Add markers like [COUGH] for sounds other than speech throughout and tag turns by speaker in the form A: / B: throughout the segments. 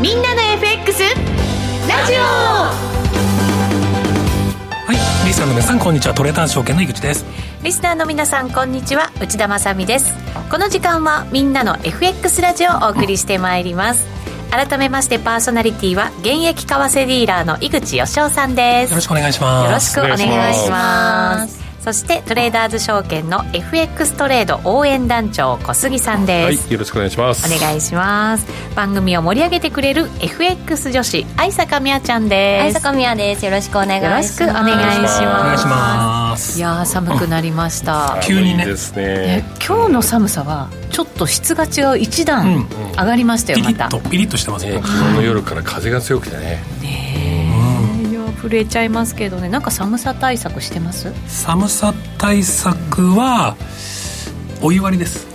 A: みんなの FX ラジオ
B: はい、リスナーの皆さんこんにちはトレーター証券の井口です。
A: リスナーの皆さんこんにちは内田まさみですこの時間はみんなの FX ラジオをお送りしてまいります改めましてパーソナリティは現役為替ディーラーの井口義雄さんです
B: よろしくお願いします。
A: よろしくお願いします
C: お
D: 願いしま
A: そしてトレーダーズ証券の FX トレード応援団長小杉さんです、
C: はい、よろしくお願いします。
A: お願いします番組を盛り上げてくれる FX 女子愛坂美也ちゃん
D: は
A: で
D: い、
A: す
D: 坂宮です。よろしくお願いします。
A: よろしくお願いします
B: お願いしま
A: い
B: す。
A: やー寒くなりました
C: あ
B: 急にね
C: いいです
A: ね
C: ね。
A: 今日の寒さはちょっと質が違う一
B: うん
A: 段上がりましたよ
B: ピ
A: ま
B: リッ
A: た
B: とピリッとしてます
C: ね
B: よ。
C: 昨日の夜から風が強くてね。
B: うん
A: いやー震えちゃいますけどねなんか寒さ対策してます
B: 寒さ対策はお湯割りです。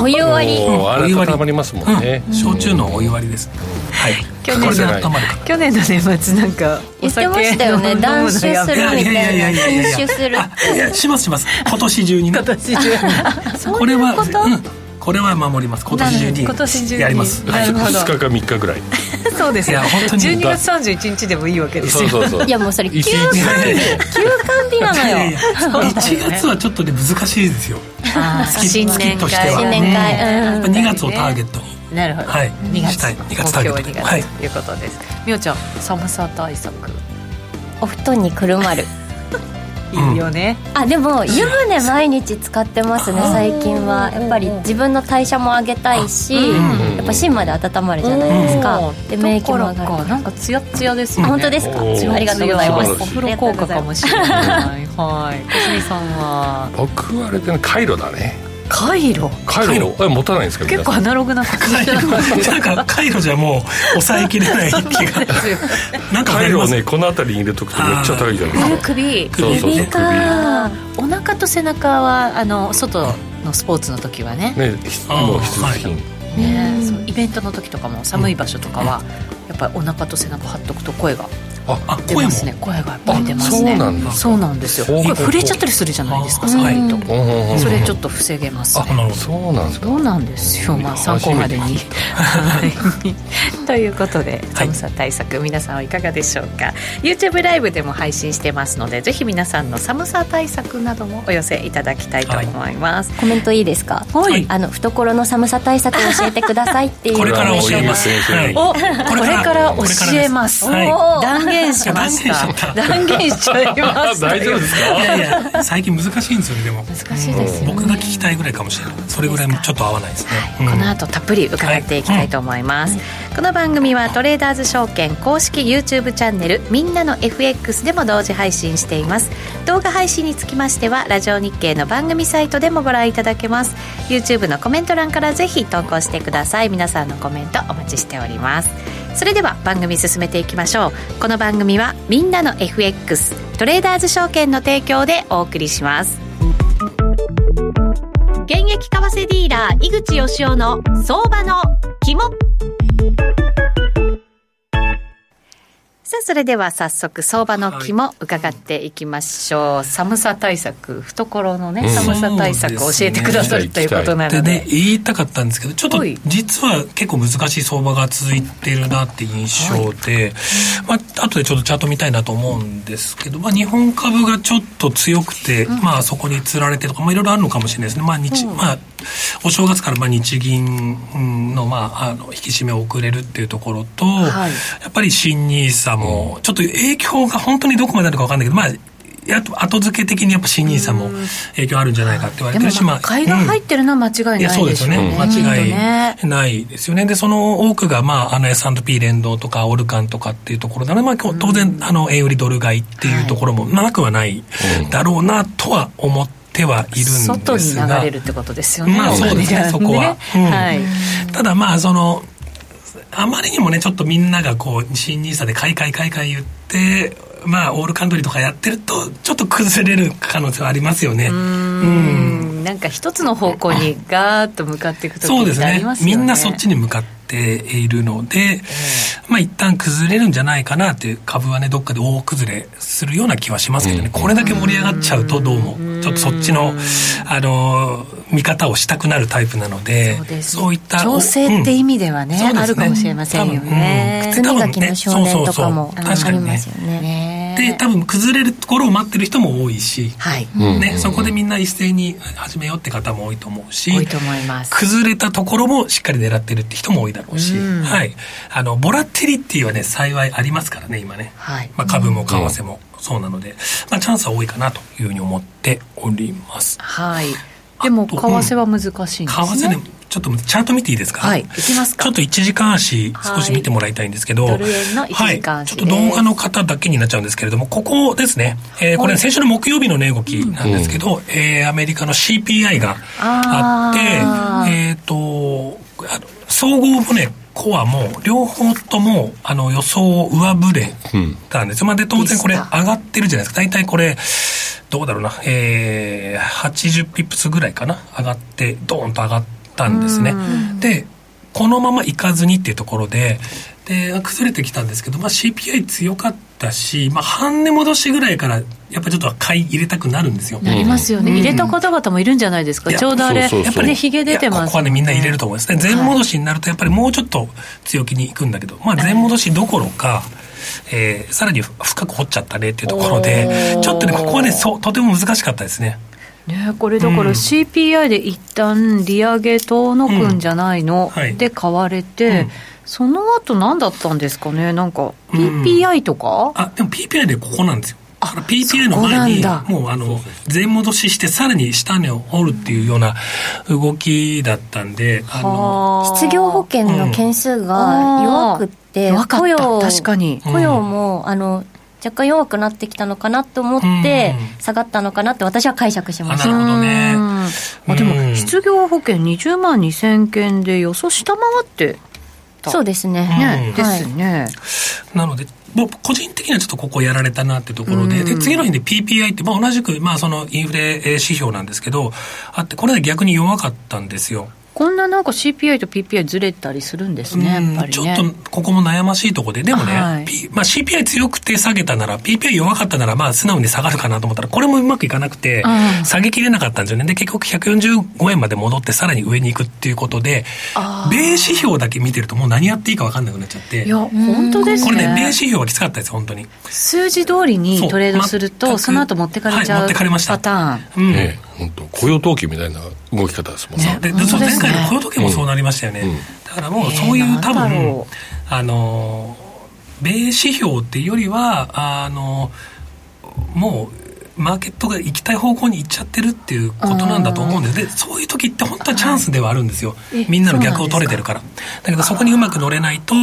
D: お湯割り。
C: おーあ
B: お
C: れ
B: 湯割り
C: 固まりますもんね。
B: うん、焼酎のお湯割りです。はい。
A: 去年
B: これで温まるか。
A: 去年の年末なんか
D: 言ってましたよね。断酒するみたい
B: いやいや
D: な。
B: いやいやいや
D: 禁酒する。
B: あいやしますします。今年中にね。 [LAUGHS] これはうんこれは守ります。今年中に
A: 今年中に
B: やります。
A: なるほど
C: 二日か三日
B: [LAUGHS]
C: ぐらい。
A: そうです
B: いや本当に
A: 12月31日でもいいわけです
C: そう
A: よ
C: そうそう。
D: いやもうそれ
C: 一日
D: 急に
B: いやいやいや
D: 休館日な
A: [LAUGHS]
D: のよ。
B: 1月はちょっとね難しいですよ
A: あー
B: 月月としては
D: 新年会。うん。
B: 2月をターゲットに
A: なるほど、
B: はい
A: 2月
B: したい2月ターゲット
A: 東
B: で
A: 京は
B: はい
A: [LAUGHS] 2月ということです、みおちゃん寒さ対策
D: お布団にくるまる。
A: いいよね、
D: あ、でも湯船毎日使ってますね。最近はやっぱり自分の代謝も上げたいし、
B: うん
D: やっぱ芯まで温まるじゃないですか。で免疫も上
A: だから
D: が
A: か
D: る。
A: なんかツヤツヤです
D: あ
A: よね
D: 本当ですか。
C: おー
D: ありがとうございます。
A: お風呂効果かもしれないはい小杉さんは
C: 僕はあれでね、カイロだね。
A: カイロ
C: カイロ、え持たないんですか。皆
A: 結構
C: さん
A: アナログな感じ
B: なんかカイロじゃもう抑えきれない気が
A: [LAUGHS]
B: なんか
C: カイ
B: り
C: ロ
B: ま
C: を
B: す
C: ね、この辺りに入れとくとめっちゃ高いじゃないですか。
A: 首
C: そうそうそう。
D: 首
C: 首
D: か。
A: お腹と背中はあの外のスポーツの時はね
C: ね、ひもう必需品。
A: ね
D: うん
A: そうイベントの時とかも寒い場所とかはやっぱりお腹と背中張っとくと声が
B: あ
A: 出
B: 声
A: ま
B: も
A: すね声がやっぱり出ますね
C: あそうなんだ
A: そうなんですよ
C: そう
A: これ触れちゃったりするじゃないですか
B: あ
A: 寒いと、
C: うんうんうん
A: それちょっと防げます
B: あな
A: ね
B: るほ
C: そうなんですか。
A: そうなんですよ、まあ、参考まで [LAUGHS] に。はいということで寒さ対策、皆さんはいかがでしょうか YouTube ライブでも配信してますのでぜひ皆さんの寒さ対策などもお寄せいただきたいと思います、
D: コメントいいですか。
B: いはい
D: あの懐の寒さ対策を教えてくださいっていう。
B: これから教えます
C: いいですね
B: はい
A: [LAUGHS] おこ
B: こ
A: れ
B: れ
A: か
B: からら
A: 教えます
B: こ
D: は
B: れからです
D: い
A: おー断言しました [LAUGHS] 断言しちゃいま [LAUGHS] した
C: 大丈夫ですか。
B: いやいや最近難しいんですよねでも
D: 難しいですよね。
B: 僕が聞きたいぐらいかもしれないそれぐらいもちょっと合わないですね
A: この後たっぷり伺っていきたいと思います、この番組はトレーダーズ証券公式 YouTube チャンネル「みんなの FX」でも同時配信しています動画配信につきましてはラジオ日経の番組サイトでもご覧いただけます YouTube のコメント欄からぜひ投稿してください皆さんのコメントお待ちしておりますそれでは番組進めていきましょうこの番組は「みんなの FX」トレーダーズ証券の提供でお送りします現役為替ディーラー井口義雄の相場の肝さあそれでは早速相場の肝伺っていきましょう、寒さ対策懐のね、
C: ん
A: 寒さ対策を教えてくださる、
C: そう
A: と
C: で
A: いう
C: すね
A: ことなの
B: で
A: で
B: ね言いたかったんですけどちょっと
A: はい
B: 実は結構難しい相場が続いてるなって印象で、まあ後でちょっとチャート見たいなと思うんですけど、まあ、日本株がちょっと強くて、まあそこにつられてとか、まあ、いろいろあるのかもしれないですね、まあ日まあ、お正月からまあ日銀うんの,、まあ、あの引き締めを遅れるっていうところと、
A: はい
B: やっぱり新ニーサもちょっと影響が本当にどこまであるか分かんないけど、まあやっと後付け的にやっぱ新ニーサも影響あるんじゃないかって言われ
A: で
B: てる
A: も
B: し、まあ
A: 買いが入ってるのは間違い
B: いや、
A: な
B: そ
A: いう
B: で
A: ですしょ
B: よ
A: うね
B: ね。間違いないですよね。で、その多くが、まあ、あの S&P 連動とか、オルカンとかっていうところなので、まあ、今日当然、あの、円売りドル買いっていうところも、なくはないだろうな、とは思ってはいるんですが。
A: 外に流れるってことですよね、
B: まあそうですね
A: お金が
B: そこはうん
A: はい、
B: ただまあそのあまりにもねちょっとみんながこう新ニーサで買い買い買い買い言ってまあオールカントリーとかやってるとちょっと崩れる可能性はありますよねうん
A: うんなんか一つの方向にガーッと向かっていくとき
B: そうで
A: っ
B: す
A: てあ
B: ね
A: りますよね
B: みんなそっちに向かっているので、まあ一旦崩れるんじゃないかなっていう株はねどっかで大崩れするような気はしますけどね、これだけ盛り上がっちゃうとどうもちょっとそっちのあのー見方をしたくなるタイプなので
A: そうです
B: いった
A: 調整って意味ではね、
B: そうですね
A: あるかもしれませんよね
B: 多分
D: 靴磨きの少年とかも
B: 多分ねそうそうそう確
D: あ
B: か
D: り
B: に
D: ま
B: ね
D: すよね。
A: ね
B: で多分崩れるところを待ってる人も多いし、
A: はい、
C: うん
B: ね、そこでみんな一斉に始めようって方も多いと思うし
A: 多いと思います
B: 崩れたところもしっかり狙ってるって人も多いだろうし、
A: うん
B: はい、あのボラティリティはね幸いありますからね今ね、
A: はい
B: まあ、株も為替もそうなので、まあ、チャンスは多いかなというふうに思っております
A: はいでも為替は難しいんですね、
B: 為替ねちょっとチャート見ていいですか
A: はい行きますか
B: ちょっと1時間足
A: は
B: 少
A: い
B: し見てもらいたいんですけど、
A: ドル円の一時間
B: はい、
A: 足
B: ちょ
A: で
B: っ
A: す
B: と動画の方だけになっちゃうんですけれどもここですね、えーこれ先週の木曜日の値動きなんですけど、えーアメリカの CPI があ
A: あ
B: っ
A: ー
B: てえっ、とあの総合もねコアも両方ともあの予想を上振れたんですよ、まあ、で当然これ
A: で
B: 上
A: した
B: がってるじゃないですか大体これどうだろうな、えー、80ピップスぐらいかな上がってドーンと上がったんですねでこのままいかずにっていうところでで崩れてきたんですけど、まあ、CPI 強かったし、まあ、半値戻しぐらいからやっぱちょっと買い入れたくなるんですよ、
A: なりますよね、入れた方々もいるんじゃないですか、
B: いや
A: ちょうどあれ
C: そうそうそう
A: やっぱりねひげ出て
B: いや
A: ます
B: ここはね、みんな入れると思いますね。前戻しになると、やっぱりもうちょっと強気に行くんだけど、まあ前戻しどころか、えーさらに深く掘っちゃったねっていうところで、ちょっとね、ここはね、そう、とても難しかったですね。
A: ねこれだか
B: うん
A: ら CPI で一旦利上げ遠のくんじゃないの、
B: んはい
A: で買われて、
B: うん
A: その後何だったんですかねなんか
B: うん
A: PPI とか、
B: あ、でも PPI でここなんですよ。だから PPI の
A: そこな
B: 前
A: ん
B: に
A: だ、
B: もうあの、前戻しして、さらに下値を掘るっていうような動きだったんで、あの、
A: はあ
D: 失業保険の件数が弱くって、
A: うんあー
D: 雇
A: 弱
D: 用
A: かった確かに
D: 雇用も、あの若干弱くなってきたのかなと思って、
B: うん
D: 下がったのかなって私は解釈しま
B: あ
D: し
B: な
D: た
B: る。ほどね
A: うんあで
B: う
A: も
B: ん
A: 失業保険20万2000件で予想下回ってた
D: そうですね。
A: ね、
B: うん
A: ですね、
B: なので、僕個人的にはちょっとここやられたなっていうところで、で、次の日で PPI って、まあ同じく、まあそのインフレえー指標なんですけど、あって、これで逆に弱かったんですよ。
A: こんななんか CPI と PPI ずれたりするんですねや
B: うん
A: っぱり
B: ちょ
A: ね
B: っとここも悩ましいとこで、でもね、
A: はい
B: P- まあ、CPI 強くて下げたなら、PPI 弱かったなら、まあ素直に下がるかなと思ったら、これもうまくいかなくて
A: う、ん
B: 下げきれなかったんですよね。で、結局145円まで戻って、さらに上に行くっていうことで、米指標だけ見てるともう何やっていいか分かんなくなっちゃって。
A: いや本当ですね
B: これね、米指標はきつかったです、本当に。
A: 数字通り
B: そ
A: に
B: う
A: トレードする
B: 全
A: と
B: く
A: その後持ってかれち
B: は
A: ゃ
B: い持っ
A: う
B: てかれました
A: パターン
B: うん。
C: ね本当雇用統計みたいな動き方ですもん
B: そう
C: ね。
B: で
A: 本当
B: そう
A: で
B: 前
A: すね
B: 回の雇用時計もそうなりましたよね、
C: うん
B: だからもうそうい
A: え
B: う
A: ー
B: 多
A: なんだ
B: 分
A: ろ
B: あの米指標っていうよりはあのもうマーケットが行きたい方向に行っちゃってるっていうことなんだと思うんですでそういう時って本当はチャンスではあるんですよ
A: え
B: みんなの逆を取れてるからだけどそこにうまく乗れないと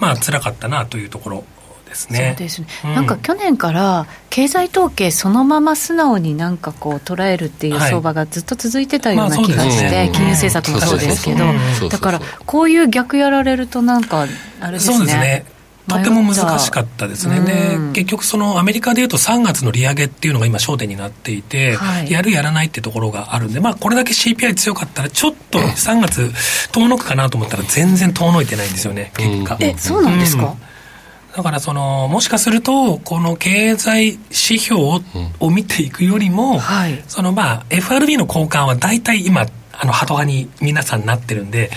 B: まあ辛かったなというところですね
A: そうですね、
B: うん
A: なんか去年から経済統計そのまま素直になんかこう捉えるっていう
B: はい
A: 相場がずっと続いてたよう
B: まあ
A: な
B: そう
A: 気
B: です
A: が
B: ね
A: して、
C: うん
A: 金融政策もそうですけど
B: そうそうそう
C: そう
A: だから
C: そうそう
A: こういう逆やられるとなんかあれですね
B: そうですね。とても難しかったですね。で
A: うん、
B: 結局そのアメリカでいうと3月の利上げっていうのが今焦点になっていて、
A: はい
B: やるやらないってところがあるんで、まあこれだけ CPI 強かったらちょっと3月遠のくかなと思ったら全然遠のいてないんですよね、結果。
A: えそうなんですか、
B: だからその、もしかすると、この経済指標を,、見ていくよりも、
A: はい
B: そのまあ、FRB の交換は大体今、あの、ハト派に皆さんなってるんで、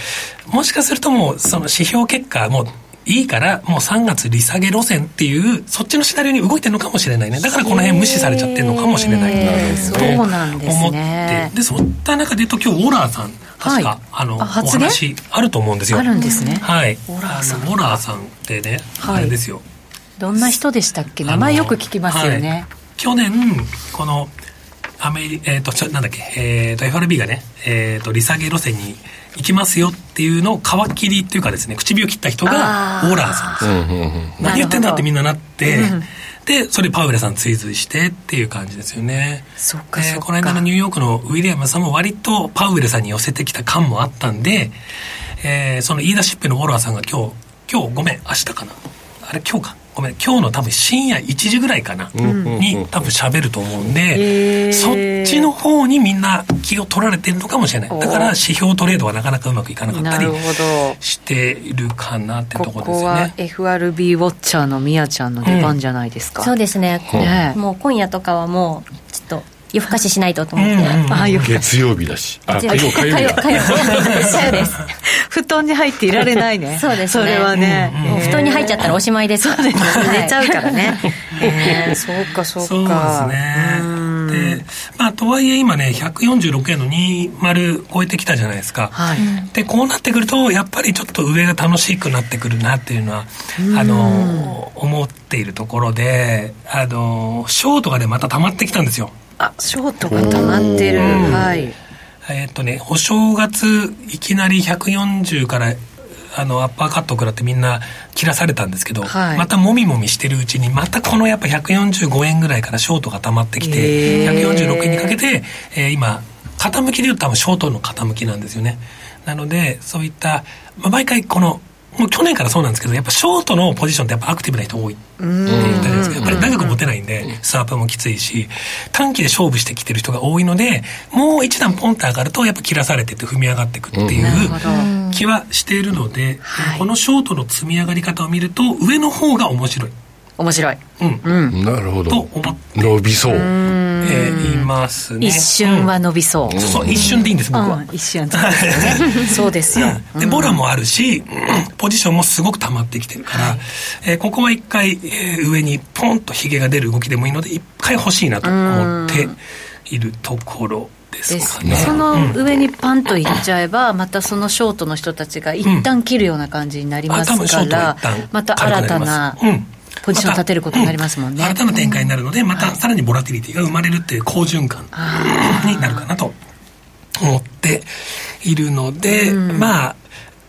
B: もしかするともう、その指標結果、もう、いいから、もう3月利下げ路線っていう、そっちのシナリオに動いてるのかもしれないね。だからこの辺無視されちゃってるのかもしれない。
A: へーそうなんですね
B: 思って。で、そういった中で言うと今日、オーラーさん、確か、
A: はい
B: あの、お
A: あ発言
B: 話あると思うんですよ。
A: あるんですね、
B: はい。
A: オラーさん
B: あのオラーさんってね、
A: はい
B: あれですよ。
A: どんな人でしたっけ名前よく聞きますよ
B: あの
A: ね
B: はい、去年、この、アメリ、えっ、と、ちょ、なんだっけ、えっ、と、FRB がね、えっ、と、利下げ路線に行きますよっていうのを皮切りっていうかですね、唇を切った人が
A: あ、ー
B: オーラーさんですよ。
C: うんうんうん
B: 何言ってんだってみんななって、
A: うん
B: で、それパウエルさん追随してっていう感じですよね。
A: そっか
B: で
A: そっか
B: この間のニューヨークのウィリアムさんも割とパウエルさんに寄せてきた感もあったんで、えーその言い出しっぺのウォロワーさんが今日、今日ごめん、明日かな。あれ今日か。ごめん、今日の多分深夜1時ぐらいかな。に多分喋ると思うんで、
A: へー
B: そっちの方にみんな気を取られてるのかもしれない。だから
A: おー
B: 指標トレードはなかなかうまくいかなかった
A: な
B: り
A: るほど
B: しているかなってとこ
A: こ
B: ろです
A: こ
B: よ
A: は
B: ね。
A: FRB ウォッチャーのみやちゃんの出番じゃないですか、
D: そうですね。
A: ね
D: もう今夜とかはもうちょっと夜更かししないとと思って、
B: うんうん
A: ああいう
C: 月曜日だし。あ、火曜、火曜
D: 火
C: 日
D: 曜
C: だ。
D: 火曜
B: [LAUGHS]
D: 火曜です
A: 布団に入っていられないね
D: [LAUGHS] そうですね
A: それはね、
D: もう布団に入っちゃったらおしまいですから
A: 寝ちゃう
D: はい
A: から
B: [LAUGHS]
A: ね、えーそうかそうか
B: そうですね。で、まあ、とはいえ今ね、146円の20超えてきたじゃないですか。
A: はい、
B: で、こうなってくると、やっぱりちょっと上が楽しくなってくるなっていうのは、あの、思っているところで、あの、ショートがね、また溜まってきたんですよ。
A: あショートが溜まってる
B: うん
A: はい
B: えーっとね、お正月、いきなり140から、あの、アッパーカット食らってみんな切らされたんですけど、
A: はい
B: またもみもみしてるうちに、またこのやっぱ145円ぐらいからショートが溜まってきて、
A: へー
B: 146円にかけて、えー今、傾きで言うと多分ショートの傾きなんですよね。なので、そういった、まあ、毎回この、もう去年からそうなんですけど、やっぱショートのポジションってやっぱアクティブな人多い。って言ったじゃないですかやっぱり長く持てないんで、スワープもきついし、短期で勝負してきてる人が多いので、もう一段ポンと上がると、やっぱ切らされてって踏み上がっていくってい
A: なるほど
B: う気はしているので、
A: はい
B: このショートの積み上がり方を見ると、上の方が面白い。
A: 面白い
B: うん。
A: うん
C: なるほ
B: と
C: ど。
B: 思っ
C: 伸びそう。
B: ていますね。
A: 一瞬は伸びそう、
B: うん。そうそう、一瞬でいいんです、僕は。
A: 一瞬
B: [LAUGHS]
A: そうですよ、
B: で、ボラもあるし、 [CLEARS THROAT] ポジションもすごく溜まってきてるから、えーここは一回、えー上にポンとヒゲが出る動きでもいいので、一回欲しいなと思っているところです
A: です
B: かね。
A: その上にパンといっちゃえば、またそのショートの人たちが一旦切るような感じになりま
B: あ
A: す
B: 多分ショ
A: か
B: ートは
A: ら
B: 一旦、
A: また
B: 軽く
A: 新
B: り
A: た
B: ま
A: な
B: すうん
A: ポジションを立てることになりますもんね
B: またうん新たな展開になるので、またさらにボラティリティが生まれるっていう好循環になるかなと思っているので、まあ、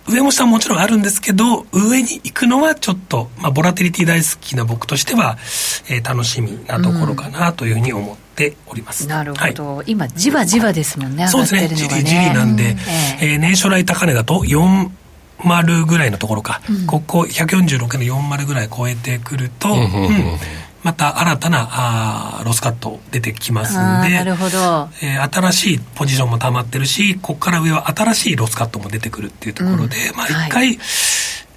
B: 上も下ももちろんあるんですけど、上に行くのはちょっと、まあ、ボラティリティ大好きな僕としては、えー楽しみなところかなというふうに思っております。
A: なる
B: は
A: ほ
B: い
A: ど、今じわじわですもんね
B: そうです
A: 上が
B: ね、
A: って
B: じ
A: るのが
B: り
A: ね
B: じりなんで、
A: ええ
B: えー年初来高値だと40ぐらいのところか、ここ146の40ぐらい超えてくると、うん
C: んうんうん
B: また新たなあーロスカット出てきます
A: あ
B: ん
A: ー
B: で
A: なるほど
B: えー新しいポジションも溜まってるしここから上は新しいロスカットも出てくるっていうところで、
A: うん
B: まあ
A: はい
B: 一回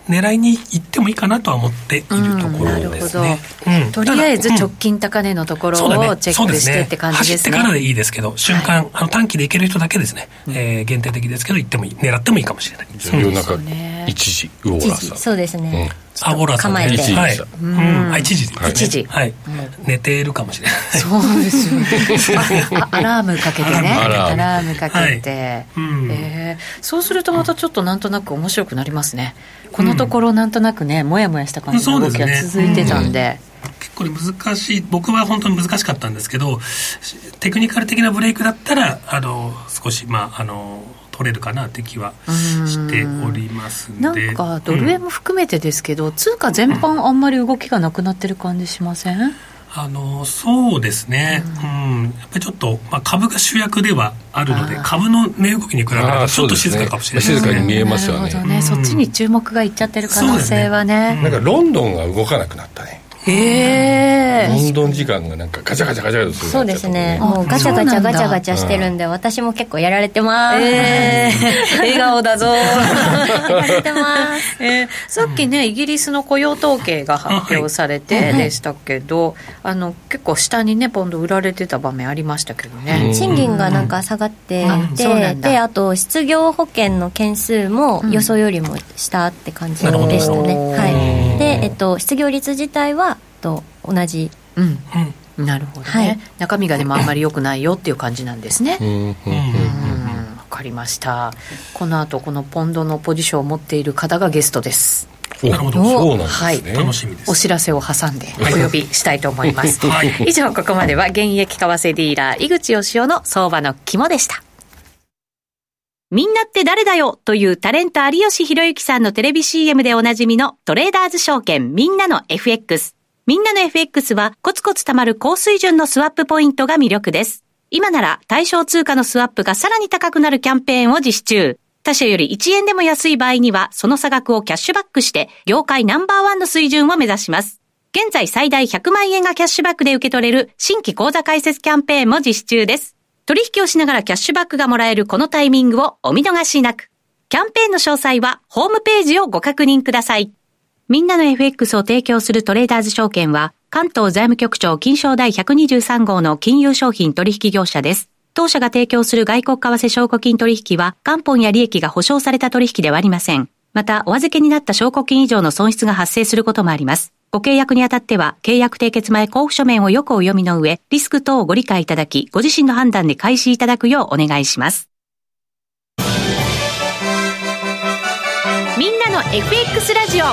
B: 狙いに行ってもいいかなとは思っているところですね。うん
A: とりあえず
B: うん
A: 直近高値のところ
B: そうだね
A: をチェ
B: そ
A: ッ
B: う
A: ク
B: で
A: し
B: す
A: て
B: ね
A: って感じです
B: 走
A: ね
B: ってからでいいですけど、瞬間、あの短期で行ける人だけですね、えー限定的ですけど、行ってもいい、狙ってもいいかもしれない。
C: 夜中
A: そうね、
C: 一時、魚
D: 一
C: 浦
D: 時
C: さん。
D: そうですね、ちょっと
B: あ、ボラさん
D: 構え
C: ね
D: て
C: 一時
B: はい。
C: でした
B: うん。あ、一時ですね。
A: 一時
B: はい。寝ているかもしれない。
A: そうですよねあアラームかけてね
C: アラーム
A: アラームかけて、
B: うん
A: えーそうするとまたちょっとなんとなく面白くなりますねこのところなんとなくねもやもやした感じの動きが続いてたんで
B: 結構ね難しい僕は本当に難しかったんですけどしテクニカル的なブレイクだったらあの少しまああの取れるかなって気はしておりますんで
A: なんかドル円も含めてですけど、通貨全般あんまり動きがなくなってる感じしません、
B: あのそうですね、うんやっぱりちょっと、まあ、株が主役ではあるので株の値動きに比べる
C: あ
B: と
C: あ、
B: ち
C: そ
B: ょっ
C: う
B: と
C: です
B: 静
C: ね
B: かかもしれない
C: 静かに見
B: ね
C: えますよ
A: なるほど
C: ね。
A: ね、
B: うん
A: そっちに注目がいっちゃってる可能性はね
C: なんかロンドンが動かなくなったね。
A: へ
C: ロ
A: え
C: ンドン時間がなんかガチャガチャガチャガチャするよ
D: そう
C: にな
D: で
C: っち
D: す
C: ゃったもん
D: ね。
A: あ
D: もうガチャガチ
A: そうな
D: ャ
A: んだ
D: ガチャガチャしてるんで、私も結構やられてます。
A: えー、 [LAUGHS] 笑顔だぞ、
D: [LAUGHS] やられてます。
A: えーさっきね、イギリスの雇用統計が発表されてでしたけど、あの結構下にねポンド売られてた場面ありましたけどね、
C: うん
D: 賃金がなんか下がって
A: うんあそうな
D: て、
A: んだ
D: で、あと失業保険の件数も予想よりも下って感じでしたね。
A: うん
D: はい。で
C: う、ん
D: えっと、失業率自体は、と同じ。
A: うん
B: うん
A: なるほどね、
D: はい
A: 中身がでもあんまり良くないよっていう感じなんですね、
C: うんうんうん
A: うんわかりましたこの後このポンドのポジションを持っている方がゲストです
C: お
B: なるほど
C: そうなんですね。
B: 楽しみです
A: お知らせを挟んでお呼びしたいと思います、
B: [LAUGHS] はい
A: 以上ここまでは現役為替ディーラー井口義雄の相場の肝でしたみんなって誰だよというタレント有吉弘行さんのテレビ CM でおなじみのトレーダーズ証券みんなの FX。みんなの FX はコツコツ貯まる高水準のスワップポイントが魅力です。今なら対象通貨のスワップがさらに高くなるキャンペーンを実施中。他社より1円でも安い場合にはその差額をキャッシュバックして業界ナンバーワンの水準を目指します。現在最大100万円がキャッシュバックで受け取れる新規口座開設キャンペーンも実施中です。取引をしながらキャッシュバックがもらえるこのタイミングをお見逃しなく。キャンペーンの詳細はホームページをご確認ください。みんなの FX を提供するトレーダーズ証券は、関東財務局長金賞第123号の金融商品取引業者です。当社が提供する外国為替証拠金取引は、元本や利益が保証された取引ではありません。また、お預けになった証拠金以上の損失が発生することもあります。ご契約にあたっては、契約締結前交付書面をよくお読みの上、リスク等をご理解いただき、ご自身の判断で開始いただくようお願いします。みんなの FX ラジオ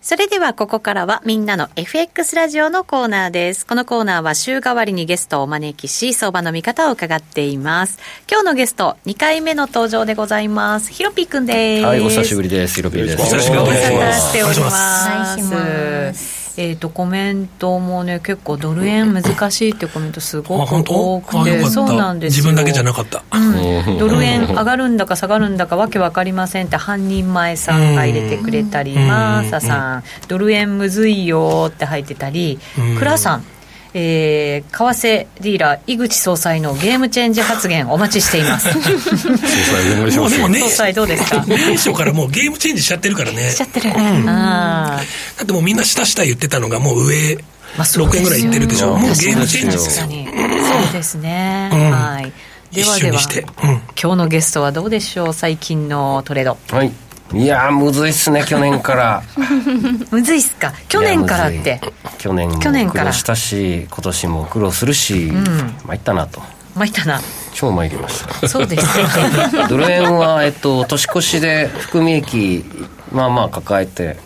A: それではここからはみんなの FX ラジオのコーナーです。このコーナーは週替わりにゲストをお招きし、相場の見方を伺っています。今日のゲスト、2回目の登場でございます。ひろぴーくんです。
E: はい、お久しぶ
A: り
E: りです。ヒロピーです。
C: お久しぶり
A: ご無
C: です
A: 沙汰しておりま。
D: お願いします
A: えっ、と、コメントもね、結構ドル円難しいっていうコメントす
B: あ
A: ごく
B: 本当
A: 多く
B: あよ
A: て、
B: かった
A: そうなんですよ
B: 自分だけじゃなかった
A: うんドル円上がるんだか下がるんだかわけわかりませんって半人前さんが入れてくれたり、
B: うん
A: マーサさん、ドル円むずいよって入ってたり
B: うん、
A: クラさん、えー為替ディーラー、井口総裁のゲームチェンジ発言お待ちしてい
B: [LAUGHS]
A: ます。
C: 願いし
B: も
C: ま
B: うですもね
A: 総裁どうですか
B: 年初からもうゲームチェンジしちゃってるからね
A: [LAUGHS] しちゃってる。あー
B: だってもうみんな下下言ってたのがもう上
A: まあそう
B: 6円ぐらいいってるでしょ、
E: うん
B: もうゲームチェンジですよ
A: 確かにそうですね、
B: うん
A: はいで
B: 一
A: は
B: 緒
A: では
B: にしてうん
A: 今日のゲストはどうでしょう最近のトレード
E: はい。いやー、むずいっすね、去年から。
A: むずいっすか [LAUGHS] 去年からっ
E: いや
A: て
E: むずい去年も
A: 去年
E: 苦
A: から
E: 労したし、今年も苦労するし、参ったなと。
A: まいったな
E: 超参りました。 [LAUGHS]
A: そうです
B: [LAUGHS]
A: ね
E: ドル円は、えっと、年越しで含み益、まあまあ抱えて、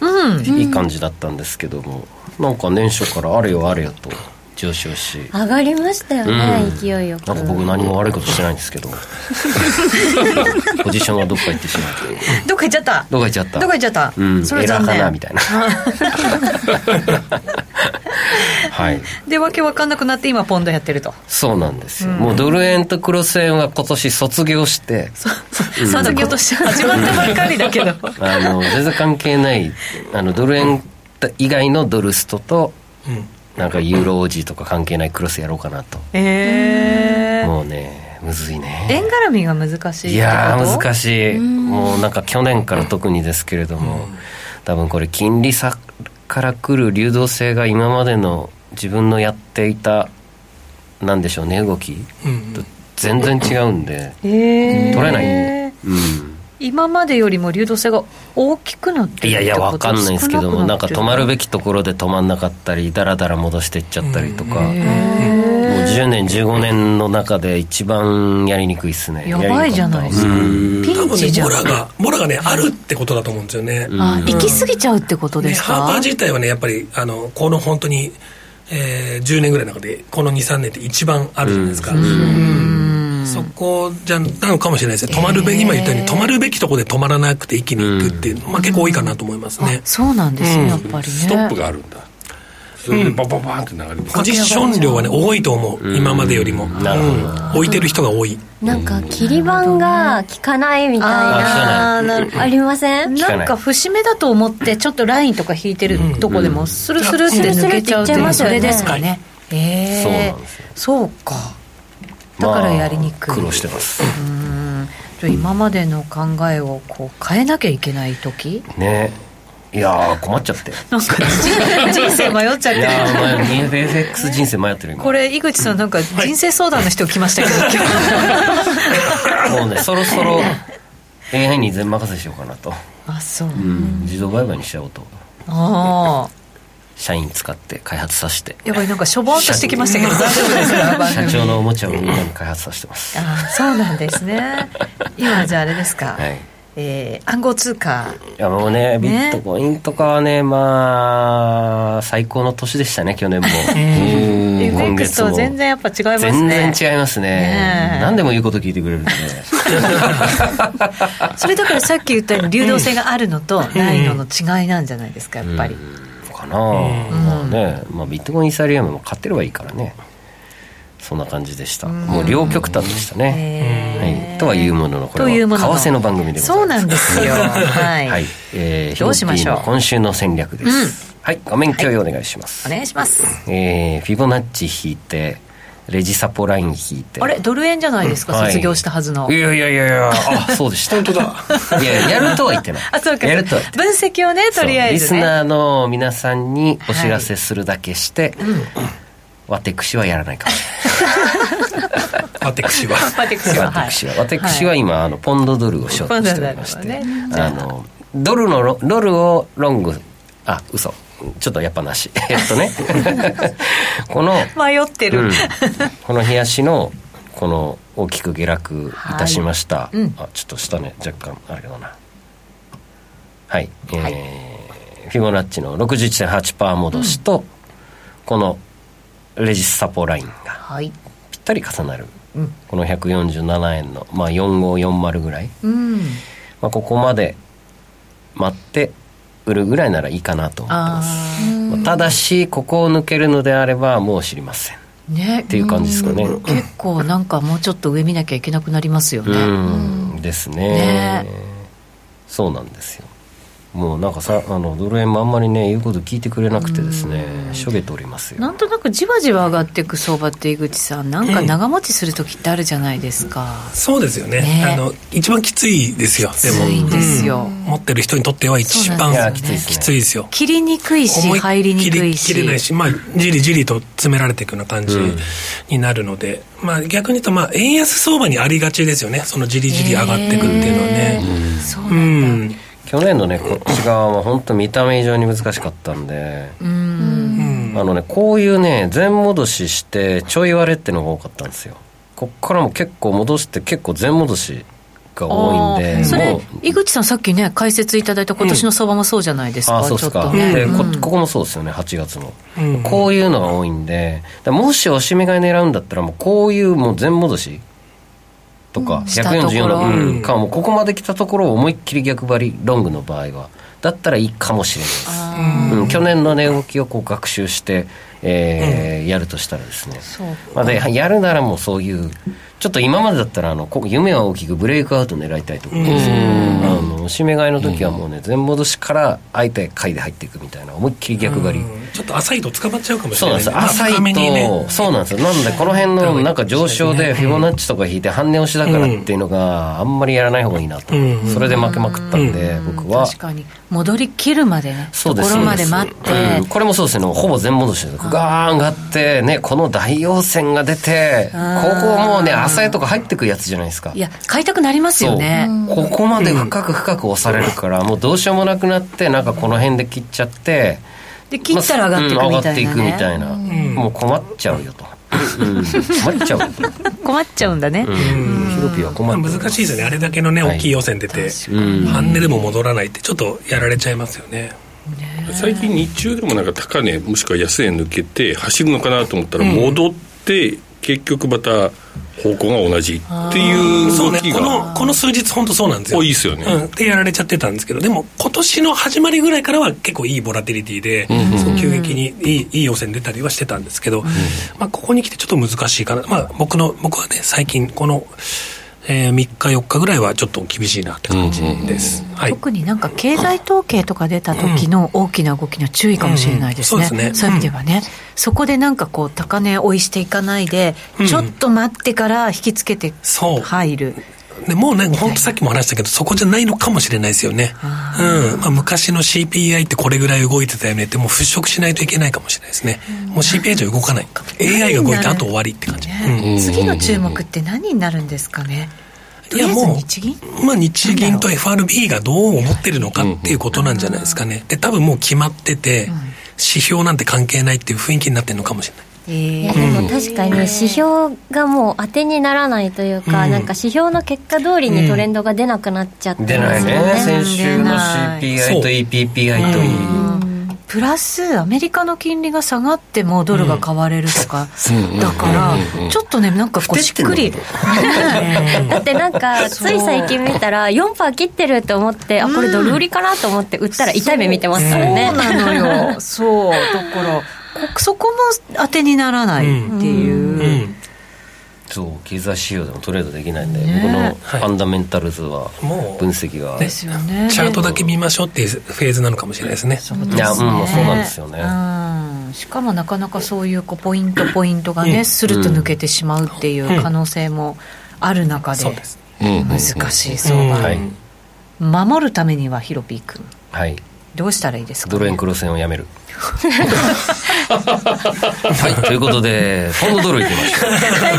E: いい感じだったんですけども、なんか年初からあれよあれよと上昇し、
D: 上がりましたよね、勢いよく
E: なんか僕何も悪いことしてないんですけ
A: [LAUGHS]
E: ど、ポジションはどっか行ってしまって、
A: どっか行っちゃった
E: どっか行っちゃった。
A: どっか行っちゃった
E: うん、
A: それ
E: エラ
A: 残
E: ーか
A: 念
E: なみたいな。はい、
A: でわけわかんなくなって今ポンドやってる
E: [LAUGHS]
A: と
E: そうなんですよ、もうドル円と黒線は今年卒業して、
A: まだ今年始まったばっかりだけ
E: [LAUGHS]
A: ど
E: あの全然関係ないあのドル円以外のドルストと、なんかユーロオージーとか関係ないクロスやろうかなと、
A: えー
E: もうねむずいね
A: 円絡みが難しい
E: いやー難
A: しい
E: しいもうなんか去年から特にですけれども、多分これ金利差から来る流動性が今までの自分のやっていたなんでしょうね動き、と全然違うんで、
A: えー、
E: 取れないうん
A: 今までよりも流動性が大きくなって
E: い
A: る
E: やい
A: って
E: や
A: こと
E: わかんないですけど
A: 少
E: もな
A: なんく
E: か
A: って
E: 止まるべきところで止まんなかったりだらだら戻していっちゃったりとか、もう10年15年の中で一番やりにくいっすね
A: やばいじゃないですかピ
B: 多
A: ン
B: 分
A: チじ
B: ね
A: ゃ
B: ボ
A: ん
B: ラがボラがねあるってことだと思うんですよね、
A: あ行き過ぎちゃうってことで
B: ね
A: す
B: ハーパー
A: か、
B: 自体はねやっぱりあのこの本当に、えー10年ぐらいの中でこの23年って一番あるじゃないですか、うんそこじゃなのかもしれないですね止まるべき、今言ったように止まるべきとこで止まらなくて一気に行くっていう、まあ、結構多いかなと思いますね、
A: そうなんですね、やっぱりね
C: ストップがあるんだそれでバンバンバンって流れる
B: ポジション量はね多いと思う、今までよりも、
E: なるほど
B: うん置いてる人が多い、
D: なんか切り板が効かないみたいな
A: あーなる
D: ありません
A: なんか節目だと思ってちょっとラインとか引いてるとこでもスルスルって抜けちゃうっていうのそれですかねえ
E: そう
A: え
E: なんですよ
A: そうかだからやりにくい、
E: まあ苦労してます
A: じゃあ今までの考えをこう変えなきゃいけない時
E: ねいやー困っちゃって
A: なんか人人生迷っちゃっ
E: [LAUGHS] い
A: てる
E: やーお前 FX 人生迷ってる今
A: これ井口さんなんか人生相談の人来ましたけど、今日
E: [LAUGHS] もうねそろそろ AI に全任せしようかなと、
A: あそう、
E: うん、自動売買にしちゃおうと
A: ああ
E: 社員使って開発させて
A: やばいなんかしょぼんとしてきましたけど大丈夫ですか番
E: 社
A: 組
E: 長のおもちゃをみんなに開発させてます
A: ああそうなんですね今じゃああれですか、
E: はい
A: えー暗号通貨
E: いやもうねビットコインとかはねまあ最高の年でしたね去年も、うん今
A: FX
E: 月
A: と
E: も
A: は全然やっぱ違いますね
E: 全然違いますね
A: ねえ
E: 何でも言うこと聞いてくれるんで
A: それだからさっき言ったように流動性があるのとないのの違いなんじゃないですかやっぱり、
E: かな、まあね、まあ、ビットコインイーサリアムも買ってればいいからねそんな感じでした、もう両極端でしたね、はい、とはいうもののこれ
A: というも
E: は
A: のの
E: 為替の番組でございます
A: そうなんです
E: [LAUGHS]
A: よはい、
E: はい、えー、
A: どうしましょう
E: ヒロピーの今週の戦略です、はい画面共有お願いします、
A: お願いします
E: えーフィボナッチ引いて、レジサポライン引いて
A: あれドル円じゃないですか、
E: はい
A: 卒業したはずの
E: いやいやいやいやあそうでした本当だいややるとは言ってない
A: あそうか
E: や
A: そう
E: るとは言っ
A: か
E: てない
A: 分析をねとりあえず
E: そうリ
A: ね
E: スナーの皆さんにお知らせするだけして、私はやらないかもし
B: 私は。
A: [LAUGHS] [LAUGHS] 私
E: れない
A: は、はい、
E: 私は私は今、あのポンドドルをショートしておりまして、
A: ポンドドルをね
E: あのドルのロドルをロングあ嘘ちょっとやっぱなし [LAUGHS] えっ
A: [LAUGHS]
E: とねこの
A: 迷ってる、
E: うん、この冷やしのこの大きく下落いたしました、
A: いうん
E: あちょっと下ね若干あれだなはい、えーフィボナッチの61.8%戻しと、このレジスサポラインが
A: はい
E: ぴったり重なる、
A: うん
E: この147円の、まあ、4540ぐらい、
A: うん
E: まあ、ここまで待って売るぐらいならいいかなと思ってます
A: あ
E: まあただしここを抜けるのであればもう知りません
A: あね
E: っていう感じですかね
A: うん結構なんかもうちょっと上見なきゃいけなくなりますよね、
E: うんですね
A: ね
E: そうなんですよもうなんかさあのドル円もあんまりね言うこと聞いてくれなくてですねしょげておりますよ
A: なんとなくじわじわ上がっていく相場って井口さんなんか長持ちする時ってあるじゃないですか、
B: そうですよね
A: ね
B: あの、一番きついですよ、でも。
A: きついですよ
B: うん持ってる人にとっては一
A: そう
B: 番
A: なん
E: ですよねいやきついですね
B: きついですよ。
A: 切りにくいし
B: 思いっ
A: 入りに
B: き
A: く
B: り
A: いし
B: 切れないし、まあ、じりじりと詰められていくような感じ
E: うん
B: になるので、まあ、逆に言うと、まあ、円安相場にありがちですよね、そのじりじり上がっていくっていうのはね。
A: えーそうな
B: うん
A: だ、
B: ん、
E: 去年のねこっち側は本当見た目以上に難しかったんで
A: うん
B: うん
E: あのねこういうね全戻ししてちょい割れってのが多かったんですよこっからも結構戻して結構全戻しが多いん
A: あー
E: で
A: そ
E: も
A: れ
E: う
A: 井口さんさっきね解説いただいた今年の相場もそうじゃないですか、
E: あそうです
A: ちょ
E: か、
A: っとね、
E: でこ
A: うん
E: ここもそうですよね8月も、
B: うん
E: こういうのが多いんでだからもしおしめ買い狙うんだったらもうこういうもう全戻しとか、
A: したところ
E: 144の、うん
B: うん
E: かもうここまで来たところを思いっきり逆張りロングの場合はだったらいいかもしれないです、うん去年の値動きをこう学習して、えーやるとしたらですね
A: そう
E: まあ、でやるならもうそういうちょっと今までだったらあのこ夢は大きくブレイクアウト狙いたいと思うんですよあのおしめ買いの時はもうね全戻しからあえて買いで入っていくみたいな思いっきり逆張り、
B: うんちょっと浅いと捕まっちゃうかもし
E: そう
B: れ
E: な
B: なんいね、
E: ですよ浅い
B: 深めにね
E: とそうなんですよなんでこの辺のなんか上昇でフィボナッチとか引いて半値押しだからっていうのがあんまりやらない方がいいなと
B: うん
E: それで負けまくったんで僕は
A: 確かに戻り切るまでね
E: そうで
A: と
E: す
A: ころまで待って、
E: うんこれもそうですねほぼ全戻しですガーン上がってねこの大陽線が出てここもうね浅いとこ入ってくるやつじゃないですか
A: いや買いたくなりますよね
E: そうここまで深く深く押されるから、もうどうしようもなくなってなんかこの辺で切っちゃって
A: で切ったら上がっていくみたいな、ね
E: まあうん上がっていくみたいな、もう困っちゃうよと、うん困っちゃうよと、
A: 困っちゃうんだね、
E: うん、ヒロピーは困
B: ま
E: っ
B: あ、
E: ちゃう
B: 難しいですよねあれだけのね
E: はい
B: 大きい予選出て、
E: うん
B: 半値でも戻らないってちょっとやられちゃいますよね
C: 最近日中でもなんか高値もしくは安値抜けて走るのかなと思ったら戻って、結局また方向が同じっていう
B: そう
C: 動
B: ね
C: き
B: この
C: が
B: この数日本当そうなんですよ
C: 多いですよね
B: うん、でやられちゃってたんですけどでも今年の始まりぐらいからは結構いいボラティリティで、そう急激にいいいい予選出たりはしてたんですけど、まあ、ここに来てちょっと難しいかな、まあ、僕の僕はね最近この、え3日4日ぐらいはちょっと厳しいなって感じです、はい
A: 特になんか経済統計とか出た時の大きな動きには注意かもしれないです
B: う
A: ね、
B: んうんそうですね
A: いう意味ではね、そこでなんかこう高値追いしていかないで、
B: うん
A: ちょっと待ってから引きつけて
B: そう
A: 入る
B: でもうね、本当さっきも話したけど、そこじゃないのかもしれないですよね。うん。まあ、昔の CPI ってこれぐらい動いてたよねって、もう払拭しないといけないかもしれないですね。もう CPI じゃ動かない。AI
A: [LAUGHS]
B: が動いて、あと終わりって感じ。
A: ね次の注目って何になるんですかねとりあえず日銀
B: う、まあ、日銀と FRB がどう思ってるのかっていうことなんじゃないですかね。で、多分もう決まってて、指標なんて関係ないっていう雰囲気になってるのかもしれない。
D: い
A: え
D: や
A: ー
D: でも確かに指標がもう当てにならないというか、
B: うん
D: なんか指標の結果通りにトレンドが出なくなっちゃって
E: 出
D: ま
E: ない
D: すよ
E: ね
D: ね
E: 先週の CPI と EPPI といい、
A: プラスアメリカの金利が下がってもドルが買われるとか、だからちょっとねなんかこうしっくり
D: だってなんかつい最近見たら4%切ってると思ってあこれドル売りかなと思って売ったら痛い目見てますからね
A: そうなのよそうだからこそこも当てにならないっていう、
B: うん。
E: そう経済指標でもトレードできないんで、
A: ね
E: 僕のファンダメンタルズは
B: もう
E: 分析が、
A: ですよね
B: チャートだけ見ましょうっていうフェーズなのかもしれないですね。
E: いやうんそうなんですよね
A: うんうん、しかもなかなかそういうこうポイントポイントがね、スルッと抜けてしまうっていう可能性もある中で
B: そうです
A: 難しい相場、
E: はい
A: 守るためにはヒロピー君
E: はい
A: どうしたらいいですか、 [LAUGHS]
E: ドル円黒線をやめるはいということでポンドドルいきましょ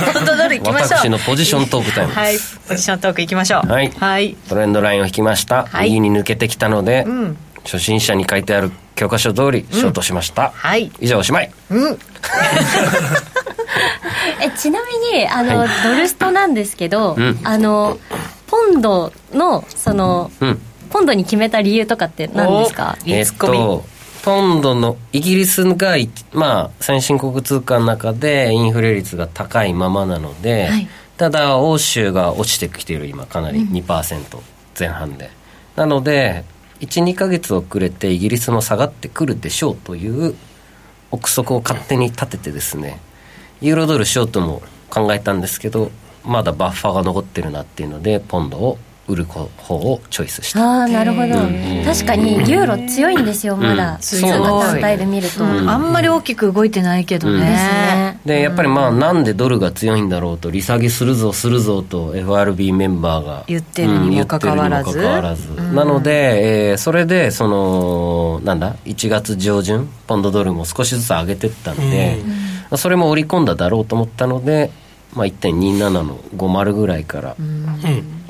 E: う
A: ポンドドルいきましょう
E: 私のポジショントークタイムです
A: はいポジショントークいきましょう
E: はい
A: はい、
E: トレンドラインを引きました、
A: はい
E: 右に抜けてきたので、
A: ん
E: 初心者に書いてある教科書通りショートしました、
A: はい
E: 以上おしまい
D: えちなみにあの、ドルストなんですけど、
E: ん
D: あのポンドのその、
E: うん
D: ポンドに決めた理由とかって何ですか
A: いい
E: え
A: ツ
E: っ
A: ッコミ
E: とポンドのイギリスがい、まあ、先進国通貨の中でインフレ率が高いままなので、
D: はい
E: ただ欧州が落ちてきている今かなり2%前半で、なので12ヶ月遅れてイギリスも下がってくるでしょうという憶測を勝手に立ててですねユーロドルショートも考えたんですけどまだバッファーが残ってるなっていうのでポンドを売る方をチョイスした
D: ああなるほど確かにユーロ強いんですよまだ、
E: うん
D: 通貨単体で見ると、
A: あんまり大きく動いてないけど
E: うん
A: ね,、
E: です
D: ね
E: でやっぱりまあなんでドルが強いんだろうと利下げするぞするぞと FRB メンバーが
A: 言ってるにもかかわらず
E: うん言ってるにもかかわらずなので、えーそれでそのなんだ1月上旬ポンドドルも少しずつ上げてったんで、
B: う
E: まあそれも織り込んだだろうと思ったので、まあ、1.27の50ぐらいから
B: うん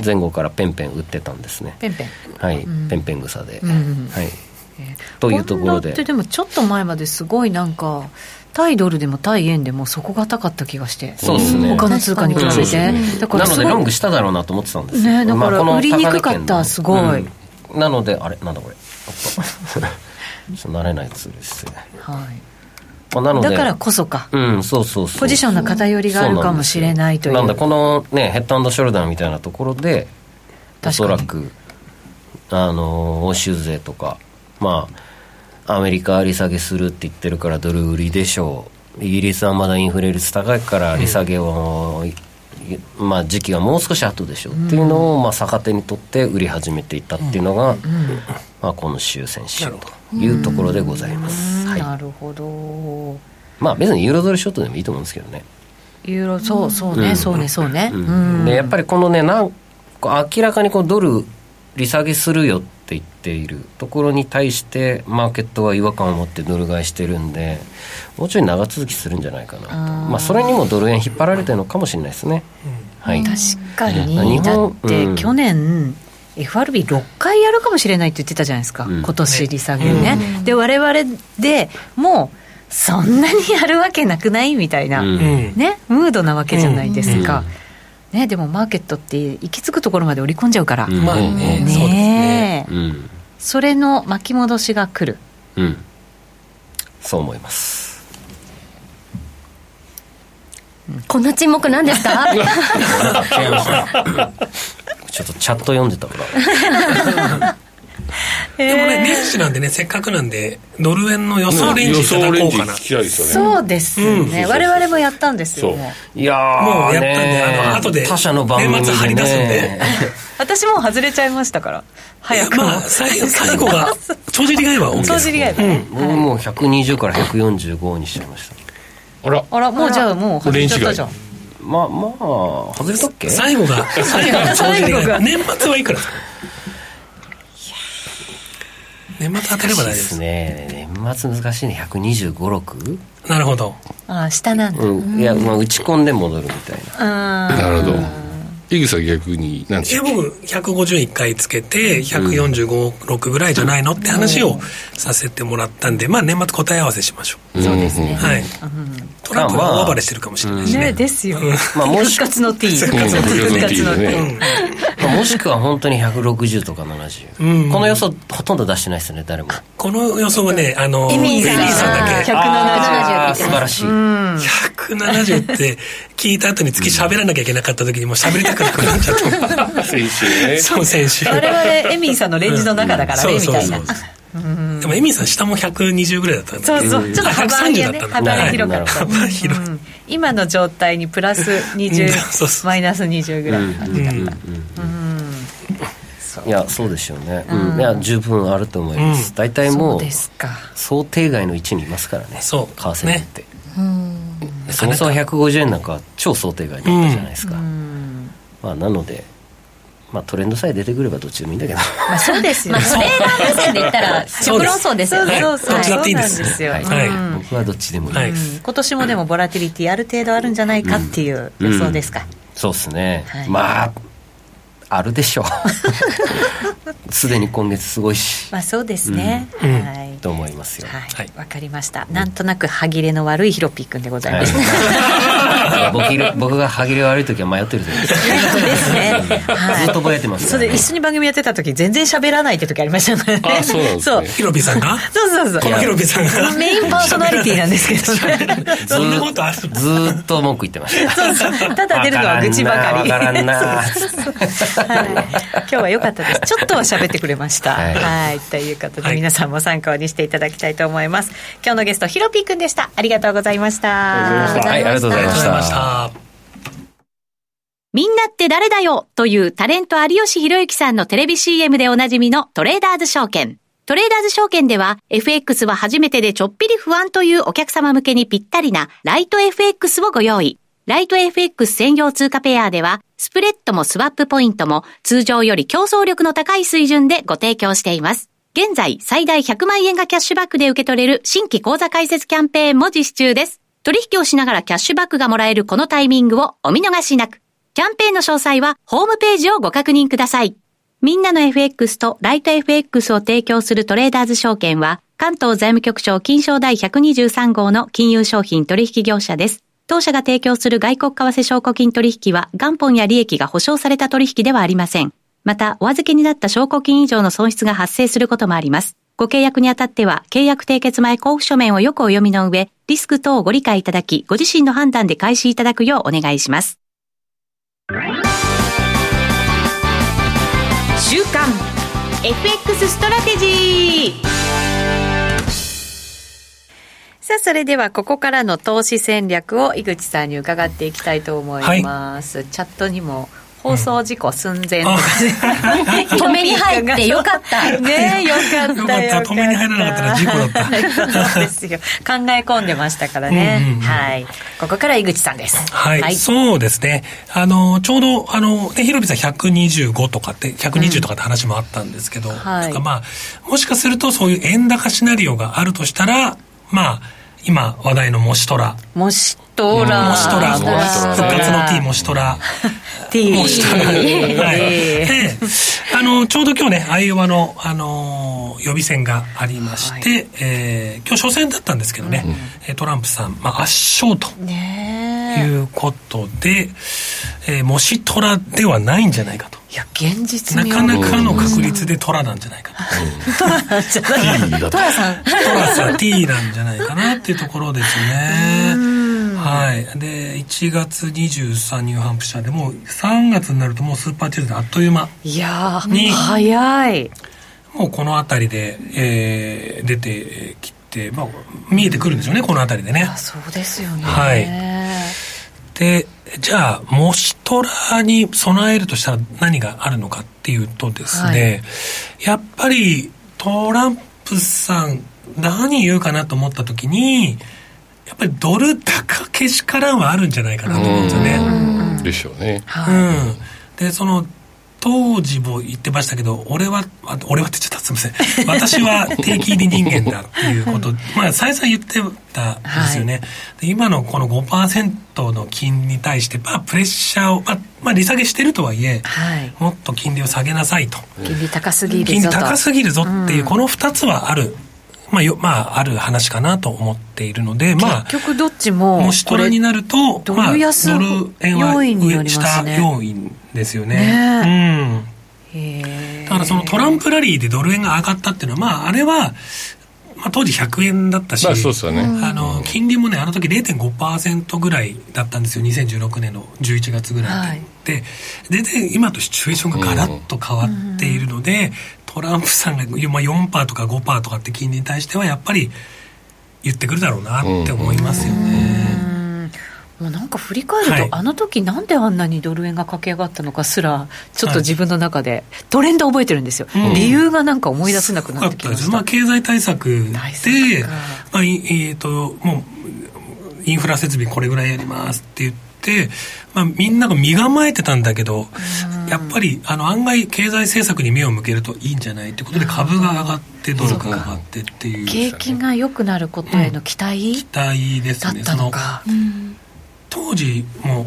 E: 前後からペンペン売ってたんですね、
A: ペンペン
E: はい、ペンペン草で、
A: ん
E: はいというところ
A: ポンドっ
E: で
A: てでもちょっと前まですごいなんか対ドルでも対円でも底堅かった気がして
E: そうですね
A: 他の通貨に比べ
E: 確
A: て
E: かに
A: だから
E: なの
A: す
E: で
A: ごい
E: ロングしただろうなと思ってたんですよ
A: ねだから
E: この
A: 売りにくかった
E: 高値圏の
A: すごい
E: うんなのであれなんだこれあったちょっと慣れないやつですね、
A: はい、
E: まあ、なので
A: だからこそか
E: うんそうそうそう
A: ポジションの偏りがあるかもしれないという
E: そうなんですよなんでこのねヘッドショルダーみたいなところで
A: 確
E: お
A: か
E: そ
A: に
E: らくあの欧州勢とかまあアメリカ利下げするって言ってるからドル売りでしょうイギリスはまだインフレ率高いから利下げを、いまあ、時期はもう少し後でしょうっていうのを、まあ、逆手にとって売り始めていったっていうのが、まあ、今週先週というところでございます、はい、
A: なるほど
E: まあ別にユーロドルショットでもいいと思うんですけどね
A: ユーロそうそうね、
E: うん
A: そうねそうね、うん
E: でやっぱりこのねなんか明らかにこうドル利下げするよって言っているところに対してマーケットは違和感を持ってドル買いしてるんでもうちょい長続きするんじゃないかなとまあ、それにもドル円引っ張られてるのかもしれないですね、はい、
A: 確か
E: うん
A: に
E: 日
A: だっ
E: 本う
A: て
E: ん
A: 去年 FRB6 回やるかもしれないって言ってたじゃないですか、
E: うん
A: 今年利下げね、で我々でもうそんなにやるわけなくないみたいな、
E: うん
B: うん
A: ね、ムードなわけじゃないですか、ね、でもマーケットって行き着くところまで織り込んじゃうから、
E: うん
B: まあねそうですね
A: ねえ
E: うん
A: それの巻き戻しが来る
E: うんそう思います
D: こんな沈黙なんですか
E: ちょっとチャット読んで
B: [LAUGHS]
E: たから
B: でもね、年始なんでね、せっかくなんで、ドル円の予想レンジいただこうかな。
C: 聞きたいですよね
A: そうですね、
C: うん
A: 我々もやったんですよね
E: いやー
B: もうやったんで
E: ねー
B: あの後で
E: 他社の番組で、ね、
B: 年末張り出すんで
A: 私もう外れちゃいましたから早くも、
B: まあ、最後最後 [LAUGHS] が、帳尻が合えば OK です。
A: 掃除以外だね
E: [LAUGHS] 僕もう120から145にしちゃいました
C: あら
A: あらもうじゃあもう外れちゃったじゃん
E: まあまあ外れたっけ
B: 最後が、最後が帳尻が合えば、年末はいくらですか年末当たれば大丈夫
E: で
B: ですす。
E: ね年末難しいね125、6?
B: なるほど。
A: あー下なんだ
E: うんいや、まあ、打ち込んで戻るみたいな
C: なるほど井口さん逆に何で
B: い
C: し
B: や
C: ょう
B: 僕151回つけて145、6ぐらいじゃないのって話をさせてもらったんで、まあ年末答え合わせしましょう。
E: そうですね
B: はい。トランプ
E: まあま
B: が
E: あ
B: 大暴れしてるかもしれないし
A: ね
B: ね。
A: ですよ、
E: まあも
A: 復
E: し
A: 活の T 復
C: 活の T
A: 復活の T
C: ね
E: まあもしくは本当に160とか70、
B: うん
E: この予想ほとんど出してないですよね誰も
B: この予想はね、あの、
D: エミーさん
B: エだけ。
E: あー素晴らしい、
B: 170って聞いた後に次喋らなきゃいけなかった時にもう喋りたくなくなっちゃった。
C: 先週
B: [LAUGHS]
C: ね
B: そう、先週。
A: 我々エミーさんのレンジの中だからね、
B: そう
A: み
B: そう
A: たい
B: そ
A: な
B: う。でもエミーさん下も120ぐらいだったんで。
A: そうそうちょっと幅
B: あ
A: がね
B: 130だったんだ
A: 幅が広か
E: なる
A: っ
E: ほ
A: た、
E: ど
B: 幅広い。
A: 今の状態にプラス
B: うんそうそ
A: 20
B: う
A: マイナス20ぐらいの感じだっ
B: うん
A: た、うんそう
E: いやそうですよね、
A: うん
E: いや十分あると思います、
B: うん
E: 大体も
A: そう
E: う
A: ですか
E: 想定外の位置にいますからね
B: そう
E: 為替なんて、
A: うん
E: そもそも150円なんかは超想定外だったじゃないですか、
A: うん
E: まあ、なので、まあ、トレンドさえ出てくればどっちでもいいんだけど
A: まあそうですよ
D: まあ
A: ね
D: トレーダー目線で言ったら
B: そ
D: 極
B: うです
D: 論そうですよね
A: そうそう
B: はいど
A: そう
B: っちだっていいんです
A: そうなんですよ、
E: はい
B: はい
A: うん
E: 僕はどっちでもいい、
B: はい
A: うん今年もでもボラティリティある程度あるんじゃないかっていう予想ですか、
E: そうですね、
A: はい
E: まああるでしょう [LAUGHS] すでに今月すごいし
A: まあそうですね、
B: うんうん
A: はい
E: と思いますよ、
A: は
B: はいい、
A: わかりました。なんとなく歯切れの悪いヒロピーくんでございます。
E: はい [LAUGHS] 僕いる僕が歯切れ悪い時は迷ってる時です
A: ですね。はい。
E: ずっとぼやいてます
A: そ
E: から
A: れ
E: ね
A: で一緒に番組やってた時全然喋らないって時ありましたよね。
C: あそうなんですね
A: そう
B: ヒロピーさんが
A: そうそ
B: こ
A: うそ
B: の
A: う
B: ヒロピーさんが
A: メインパーソナリティなんですけどね。
E: ず
B: そんなことある
E: ずーっと文句言ってました
A: そうそうただ出るのは愚痴ばかり。
E: わからんなわからんな
A: はい今日は良かったです。ちょっとは喋ってくれました。は、
E: はいい
A: ということ
B: は
A: で
B: い
A: 皆さんも参考にしていただきたいと思います。今日のゲストヒロピーくんでした。ありがとうございました。
E: はいありがとうございま
B: ありがとうご
E: し
B: ざいま
E: た
B: した
F: みんなって誰だよというタレント有吉弘行さんのテレビ CM でおなじみのトレーダーズ証券。トレーダーズ証券では FX は初めてでちょっぴり不安というお客様向けにぴったりなライト FX をご用意。ライト FX 専用通貨ペアではスプレッドもスワップポイントも通常より競争力の高い水準でご提供しています。現在最大100万円がキャッシュバックで受け取れる新規口座開設キャンペーンも実施中です。取引をしながらキャッシュバックがもらえるこのタイミングをお見逃しなく。キャンペーンの詳細はホームページをご確認ください。みんなの FX とライト FX を提供するトレーダーズ証券は、関東財務局長金賞第123号の金融商品取引業者です。当社が提供する外国為替証拠金取引は、元本や利益が保証された取引ではありません。また、お預けになった証拠金以上の損失が発生することもあります。ご契約にあたっては、契約締結前交付書面をよくお読みの上、リスク等をご理解いただき、ご自身の判断で開始いただくようお願いします。
A: 週刊
F: FX ストラテジー
A: さあそれではここからの投資戦略を井口さんに伺っていきたいと思います、チャットにも放送事故寸前とかね、 [LAUGHS]
D: 止めに入ってよかった
A: ねえよかった
B: よかった止めに入らなかったら事故だ
A: ったそうですよ考え込んでましたからね、
B: うんうんうん
A: はいここから井口さんです
B: はい、そうですね。あの、ちょうど、あの、ね、ひろびさん125とかって、120とかって話もあったんですけど、
A: はい
B: なんかまあ、もしかするとそういう円高シナリオがあるとしたら、まあ、今話題のモシトラ。
A: もしとら
B: モシトラ。
C: モシトラ
B: 復活の T モシトラ。
A: T
B: モシトラ。はい。
A: ええ
B: で、あの、ちょうど今日ね、アイオワの、あの、予備選がありまして、えー今日初戦だったんですけどね、えートランプさん、まあ、圧勝と。
A: ねえ
B: いうことで、えー、もし虎ではないんじゃないかと。
A: いや現実
B: な
A: 味を
B: かなかの確率で虎なんじゃないかと。
C: だった
B: 虎さん T なんじゃないかなっていうところですね。はい。で、1月23ニューハンプシャーでもう3月になるともうスーパーチューズであっという間。
A: いやー
B: に
A: 早い
B: もうこの辺りで、えー出てきて、まあ、見えてくるんでしょうね、この辺りでね
A: あ。そうですよね
B: はいで、じゃあ、もしトラに備えるとしたら何があるのかっていうとですね、やっぱりトランプさん何言うかなと思った時に、やっぱりドル高けしからんはあるんじゃないかなと思うんですよね。
C: でしょうね。
B: うん。で、その、当時も言ってましたけど、俺は、あ俺はって言っちゃった、すみま [LAUGHS] せん。私は定期入り人間だっていうこと、まあ、再三言ってたんですよね。で今のこの5%の金利に対して、まあ、プレッシャーを、まあ、まあ、利下げしてるとはいえ、
A: はい
B: もっと金利を下げなさいと。
A: 金利高すぎる
B: 金利
A: ぞと
B: 高すぎるぞっていう、この2つはある、まあ、よ、まあ、ある話かなと思っているので、まあ、
A: 結局どっちも
B: もしトラになると、
A: ドル
B: まあ、ド
A: 安
B: ル円は
A: 要因によ
B: 上
A: ります
B: 下
A: ね
B: 要因ですよね。うん。
A: これへ
B: だからそのトランプラリーでドル円が上がったっていうのは、まあ、あれは、まあ、当時100円だったし、
C: まあそうですよね。
B: あの金利もね、あの時0.5%ぐらいだったんですよ、2016年の11月ぐらいで。で、全然今とシチュエーションがガラッと変わっているので、トランプさんが、まあ、4%とか5%とかって金利に対しては、やっぱり言ってくるだろうなって思いますよね。
A: ーうんもうなんか振り返ると、
B: はい
A: あの時なんであんなにドル円が駆け上がったのかすらちょっと自分の中でトレンド覚えてるんですよ、理由がなんか思い出せなくなってきま
B: です
A: し
B: ねま
A: た
B: あ、経済対策で
A: 対策か
B: まあいえーともうインフラ設備これぐらいやりますって言って、まあ、みんなが身構えてたんだけどやっぱりあの案外経済政策に目を向けるといいんじゃないってことで株が上がってドルが上がってっていう
A: 景気が良くなることへの期待
B: 期待で
A: だ
B: す
A: っ
B: ね
A: た
B: そ
A: の
B: の
A: か、
B: 当時も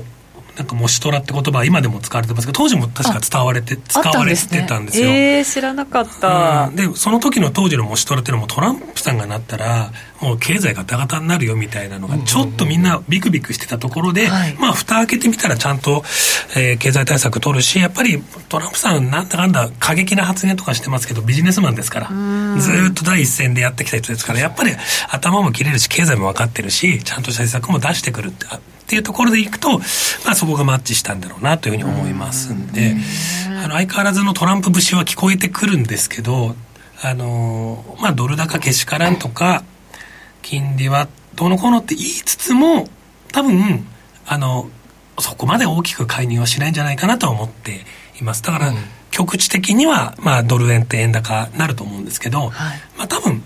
B: なんか「もしとら」って言葉は今でも使われてますけど当時も確か伝われて使われてたんですよ。
A: えー、知らなかった、
B: うん、でその時の当時のモシトラっていうのもトランプさんがなったらもう経済ガタガタになるよみたいなのがちょっとみんなビクビクしてたところで、
A: はい
B: まあ蓋開けてみたらちゃんと、えー経済対策取るしやっぱりトランプさんなんだかんだ過激な発言とかしてますけどビジネスマンですからずーっと第一線でやってきた人ですからやっぱり頭も切れるし経済も分かってるしちゃんとした政策も出してくるってあっていうところでいくと、まあ、そこがマッチしたんだろうなというふうに思いますんで、あの相変わらずのトランプ節は聞こえてくるんですけど、あのーまあ、ドル高けしからんとか、金利はどうのこうのって言いつつも、多分、あの、そこまで大きく介入はしないんじゃないかなとは思っています。だから、局地的には、まあ、ドル円って円高になると思うんですけど、
A: はい
B: まあ、多分、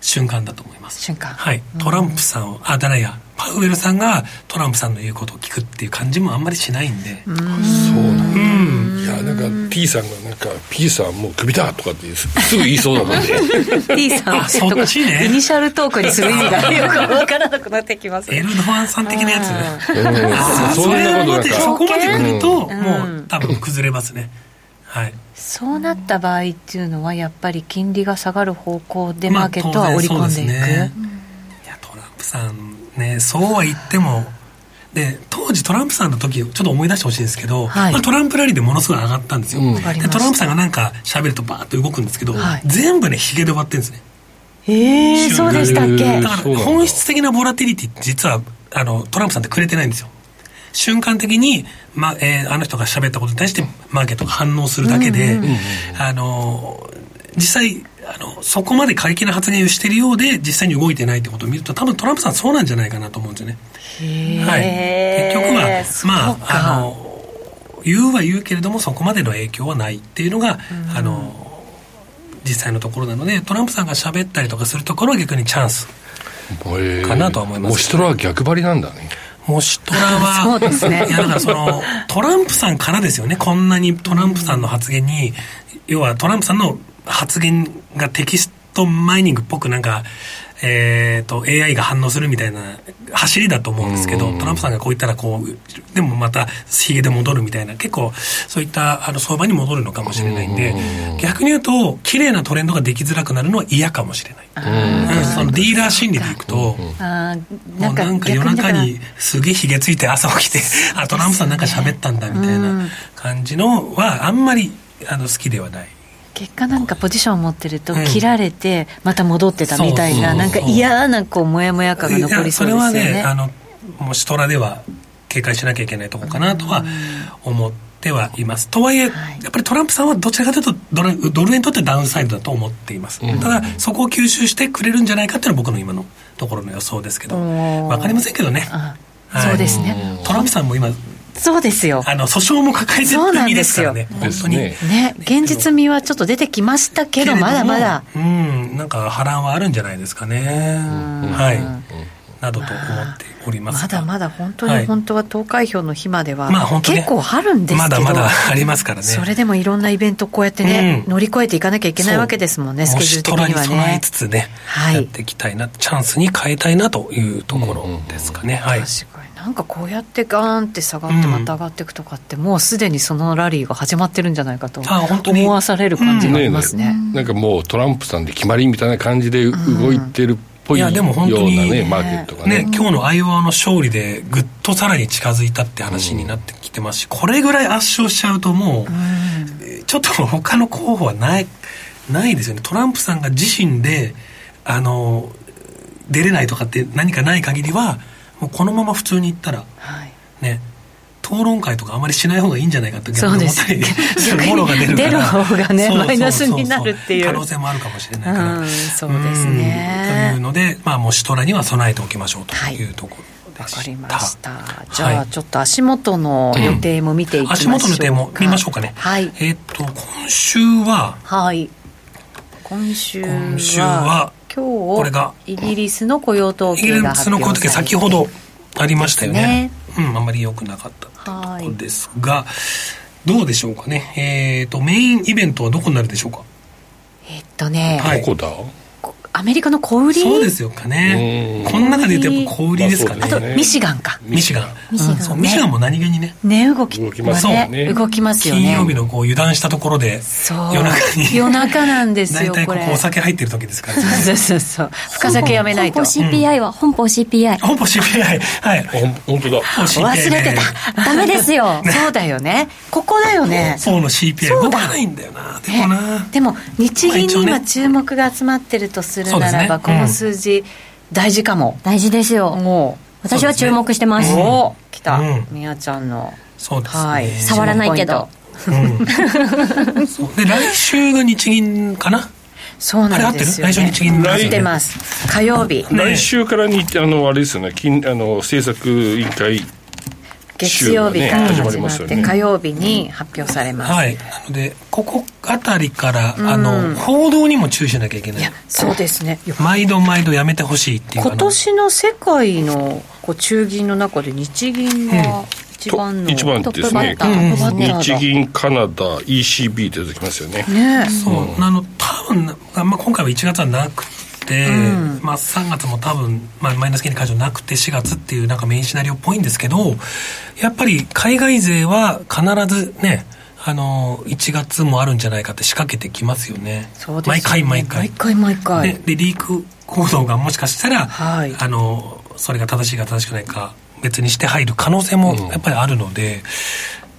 B: 瞬間だと思います。
A: 瞬間
B: はい。トランプさんを、あ、だないや、パウエルさんがトランプさんの言うことを聞くっていう感じもあんまりしないんで。
C: そうなんだ
B: うん
C: いやなんか P さんがなんか P さんもうクビだとかってすすぐ言いそうだもん
B: [LAUGHS]
C: ね
A: T さん
B: あそっちね
A: イニシャルトークにする意味がよく分からなくなってきます
B: エルドアンさん的なやつ
C: うんそんな
B: あーそれ
C: こと
B: ま
C: なん
B: で
C: か
B: そこまで来ると、
A: うん
B: も
A: う
B: う多分崩れますね。はい。
A: そうなった場合っていうのはやっぱり金利が下がる方向でマーケットは
B: まあ
A: 織り込んで
B: 当然
A: いく、
B: そうすねいや、トランプさんね、そうは言っても、で、当時トランプさんの時、ちょっと思い出してほしいんですけど、
A: はい
B: まあ、トランプラリーでものすごい上がったんですよ。
C: うん
B: で
A: わかりまし
B: ト
A: た
B: ランプさんがなんか喋るとバーッと動くんですけど、
A: はい
B: 全部ね、ヒゲで終わってるんですね。
A: えー、そうでしたっ
C: え
A: け
B: だ
C: ー
B: か
C: そう
B: ら
C: なんだ
B: 本質的なボラティリティって実はあのトランプさんってくれてないんですよ瞬間的に、まえーあの人が喋ったことに対してマーケットが反応するだけで、あの実際あのそこまで過激な発言をしているようで実際に動いてないってことを見ると多分トランプさんそうなんじゃないかなと思うんですよね。はい、
A: へー
B: 結局は、
A: そう
B: ま
A: か
B: あ、あの言うは言うけれどもそこまでの影響はないっていうのが、あの実際のところなのでトランプさんが喋ったりとかするところは逆にチャンス
C: えー
B: かなとは思います
C: もうシトラは逆張りなんだね
B: もしトラは
A: そうですね
B: いやだからそのトランプさんからですよねこんなにトランプさんの発言に、要はトランプさんの発言がテキストマイニングっぽくなんかえー、と AI が反応するみたいな走りだと思うんですけどトランプさんがこう言ったらこうでもまたヒゲで戻るみたいな結構そういったあの相場に戻るのかもしれないんで逆に言うと綺麗なトレンドができづらくなるのは嫌かもしれない、うんそのディーラー心理でいくと、
A: あー
B: もうなんか夜
A: だ
B: 中
A: ら
B: にすげえひげついて朝起
A: [LAUGHS]
B: きてあトランプさんなんか喋ったんだみたいな感じのはあんまりあの好きではない
A: 結果なんかポジションを持ってると
B: うん
A: 切られてまた戻ってたみたいな、
B: そうそうそう
A: なんか嫌なこうモヤモヤ感が残りそうですよ
B: いやそれはね
A: ね
B: あのもうシトラでは警戒しなきゃいけないとこかなとは思ってはいますとはいえ、
A: はい
B: やっぱりトランプさんはどちらかというとドルドル円にとってダウンサイドだと思っています、ただそこを吸収してくれるんじゃないかっていうのは僕の今のところの予想ですけど
A: おー
B: わかりませんけどね、
A: あ
B: はい
A: そうですね
B: トランプさんも今
A: そうですよ
B: あの訴訟も抱えてる身ですからね
A: そ
C: で
B: 本
C: す
B: 当に
C: ね
A: ね現実味はちょっと出てきましたけど
B: れども
A: まだまだ
B: うんなんか波乱はあるんじゃないですかねはいなどと思っております
A: まだま
B: だ
A: だ本当
B: は
A: に
B: い
A: 本当は投開票の日までは
B: まあ本当ね
A: 結構あるんです
B: ま
A: け
B: だ
A: ど
B: まだありますからね
A: それでもいろんなイベントこうやってね、
B: うん
A: 乗り越えていかなきゃいけないわけですもんねスケジュール的には
B: もし虎に備え
A: ね
B: つつね、
A: はい
B: やっていきたいなチャンスに変えたいなというところですかね、はい
A: 確かになんかこうやってガーンって下がって
B: うん
A: また上がっていくとかって、もうすでにそのラリーが始まってるんじゃないかと
B: あ本当に
A: 思わされる感じがありますね,、
C: なんかもうトランプさんで決まりみたいな感じで動いてるっぽい
B: い
C: よ
B: や
C: う
B: で
C: な
B: も本当に
C: ねマーケットが
B: ね
C: ね、
B: 今日のアイオワの勝利でぐっとさらに近づいたって話になってきてますし、これぐらい圧勝しちゃうともう、えーちょっと他の候補はないないですよねトランプさんが自身であの出れないとかって何かない限りはもうこのまま普通に行ったら
A: はい、
B: ね討論会とかあまりしない方がいいんじゃないかって
A: そう
B: に
A: で
B: 思っ
A: す
B: たりするものが出るから
A: 逆に出る方がね
B: そうそうそうそう
A: マイナスになるっていう
B: 可能性もあるかもしれないから、
A: うんそうです
B: うん
A: ね
B: というのでまあもうシトラには備えておきましょうと
A: はい
B: いうところです、ました
A: わかりましたじゃあ、ちょっと足元の予定も見ていきま
B: 足
A: しょうか、
B: 元の点も見ましょうかね。
A: はい
B: えっと、今週は、
A: はい今週は
B: 今週は
A: 今日
B: これが
A: イギリスの雇用統
B: イギ
A: 計が
B: リス
A: 発
B: の
A: 表
B: こ
A: さ
B: の
A: れて
B: 時先ほどありましたよね
A: で
B: うん、あんまり良くなかったっていう
A: はい
B: ところですが、どうでしょうかね。えっ、と、メインイベントはどこになるでしょうか
A: えっとね、
B: はい
C: どこだ
A: こアメリカの小売り
B: そうですよかね
C: う。ん
B: この中で言うとやっぱ小売りですか
C: ま
B: ね。
A: あ
C: そ
A: と
C: うだね
A: ミシガンか
B: ミシガン。
D: ミシガンね
B: そう、ミシガンも何気にね、
A: ね動き
C: 動きますよね
A: 動きますよね
B: 金曜日のこう油断したところで、
A: そう
B: 夜中に
A: 夜中なんです
B: 大
A: よ
B: 体
A: こ
B: こ
A: れ
B: こお酒入ってる時ですからね。
A: そうそうそう深酒やめないと
D: 本邦 CPI は本邦 CPI
B: 本邦 CPI。はい。
C: あほん本当だ
B: 本邦 CPI
A: 忘
B: ね
A: れてた
D: ダメです
B: [LAUGHS]
D: よ
A: そうだよねここだよね
B: そうの CPI
A: そう
B: 動
A: だ
B: かないんだよな。でもな。
A: でも日銀に
B: まあ一応
A: 今
B: ね
A: 注目が集まってるとする
B: そうで
A: な
B: す
A: ら
B: ね
A: ば、この数字大事かも、
D: 大事ですよ
A: も
D: 私は注目してま
A: う
D: す
A: おお来た、
B: うん
A: みやちゃんの
B: そうですね。
A: はい
D: 触らないけど
B: うんそうで来週が日銀かな
A: そう
B: あれ合
A: な
B: っ
A: ん
B: て
A: で
B: る
A: すよ、ね、
B: 来週日銀
A: 合
B: だ
A: っ
B: よね
A: てます火曜日
B: ね
C: 来週からにあのあれですよね金あの政策委員会
A: 月曜日から始
C: 週がね始まり
A: ま
C: ま
A: っ
C: す
A: て、
C: よね
A: 火曜日に発表されます、
B: はいなのでここあたりから、あの報道にも注意しなきゃいけない
A: いやそうですね
B: 毎度毎度やめてほしいっていう
A: 今年の世界のこう中銀の中で日銀が一番の、
C: 一番
D: トッ
C: で
D: プ
C: す
D: バ
C: ね
D: ッターですね
C: 日銀カナダ ECB って出てきますよね
A: ね
B: あのそうあの多分、あまあ、今回は1月はなくて、まあ、3月も多分、まあ、マイナス金利解除なくて4月っていうなんかメインシナリオっぽいんですけどやっぱり海外勢は必ずねあの1月もあるんじゃないかって仕掛けてきますよね
A: そうですよ
B: 毎
A: ね
B: 回毎回
A: 毎回毎回、
B: ででリーク行動がもしかしたら、
A: はい
B: あのそれが正しいか正しくないか別にして入る可能性もやっぱりあるので、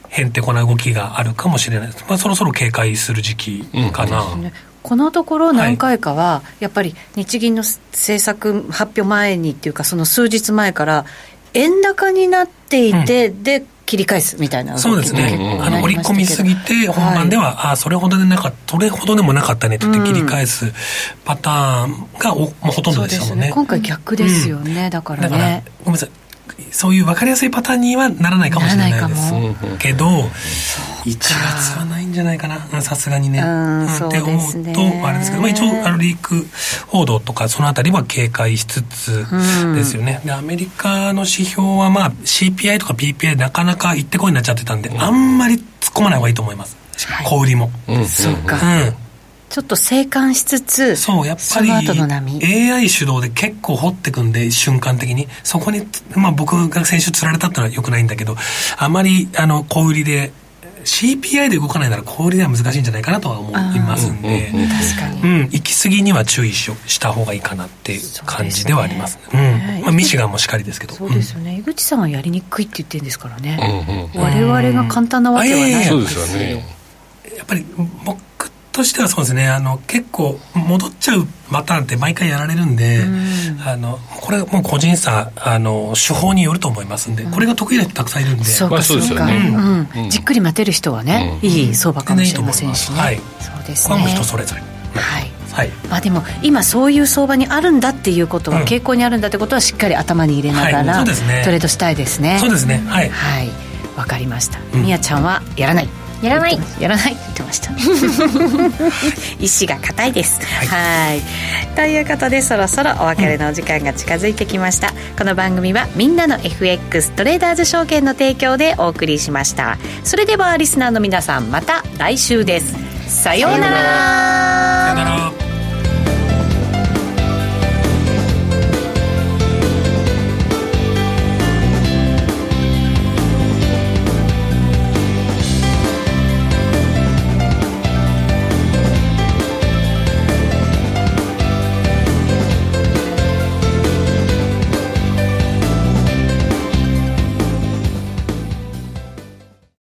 B: へんてこな動きがあるかもしれないです、まあ、そろそろ警戒する時期かな、
A: ねこのところ何回かは、やっぱり日銀の政策発表前にっていうか、その数日前から、円高になっていて、で、切り返すみたいな動き
B: そうです
A: が結構
B: ね、あ
A: な
B: の
A: り
B: 織
A: ま
B: り
A: した
B: 込
A: け
B: み
A: ど
B: すぎて本番では、ああそれほどでなかそれほどでもなかったねって言って切り返すパターンがお、もうほとんど
A: そう
B: で
A: で
B: した
A: す
B: もんね
A: ね。今回逆ですよね、だから
B: だから、
A: ね。
B: ごめんなさいそういう分かりやすいパターンにはならないかもしれないです
A: なら
B: けど1月はないんじゃないかなうんさすがにね。
A: うん
B: ん
A: そうですね
B: って思うとあれですけど、まあ、一応あのリーク報道とかそのあたりは警戒しつつですよね。でアメリカの指標は、まあ、CPI とか PPI なかなか行ってこいになっちゃってたんで、あんまり突っ込まない方がいいと思います
A: はい
B: 小売りも。
C: うん
A: そうか、
B: うん
A: ちょっと静観しつつ、
B: そうやっぱ
A: そ
B: り
A: の後の波。
B: AI 主導で結構掘ってくんで瞬間的にそこに、まあ、僕が先週釣られたってのはよくないんだけどあまりあの小売りで CPI で動かないなら小売りでは難しいんじゃないかなとは思いますんで。
A: 確かに。
B: うん、行き過ぎには注意しよした方がいいかなっていう感じではありますね。
A: ね
B: うん。まあ、ミシガンもしかりですけど。
A: そうですよね、井口さんはやりにくいって言ってるんですからね、
C: うんうん
A: 我々が簡単なわけはない
B: あいやいやいや
C: そうですよね
B: うんやっぱり僕としてはそうですね、あの、結構戻っちゃうパターンって毎回やられるんで、あの、これもう個人差、あの、手法によると思いますんで、これが得意な人たくさんいるんで、
A: そう
C: ま
A: か
C: あ
A: そ
C: そう
A: う
C: です
A: か、
C: よね
A: うんじっくり待てる人はね、
C: うん
A: いい相場かもしれませんしね、
B: はい
A: そうで
B: こ
A: す
B: れ
A: ね
B: はもう人それぞれ。
A: はい
B: はい。
A: まあ、でも今そういう相場にあるんだっていうことは、
B: うん
A: 傾向にあるんだってことはしっかり頭に入れながら、
B: はいそうですね
A: トレードしたいですね
B: そうですね、はい。
A: はいわかりました
B: ん
A: みや、ちゃんはやらない
D: やらない
A: やらないって言ってました [LAUGHS] 石が硬いですはいということでそろそろお別れのお時間が近づいてきました、この番組はみんなの FX トレーダーズ証券の提供でお送りしましたそれではリスナーの皆さんまた来週ですさようなら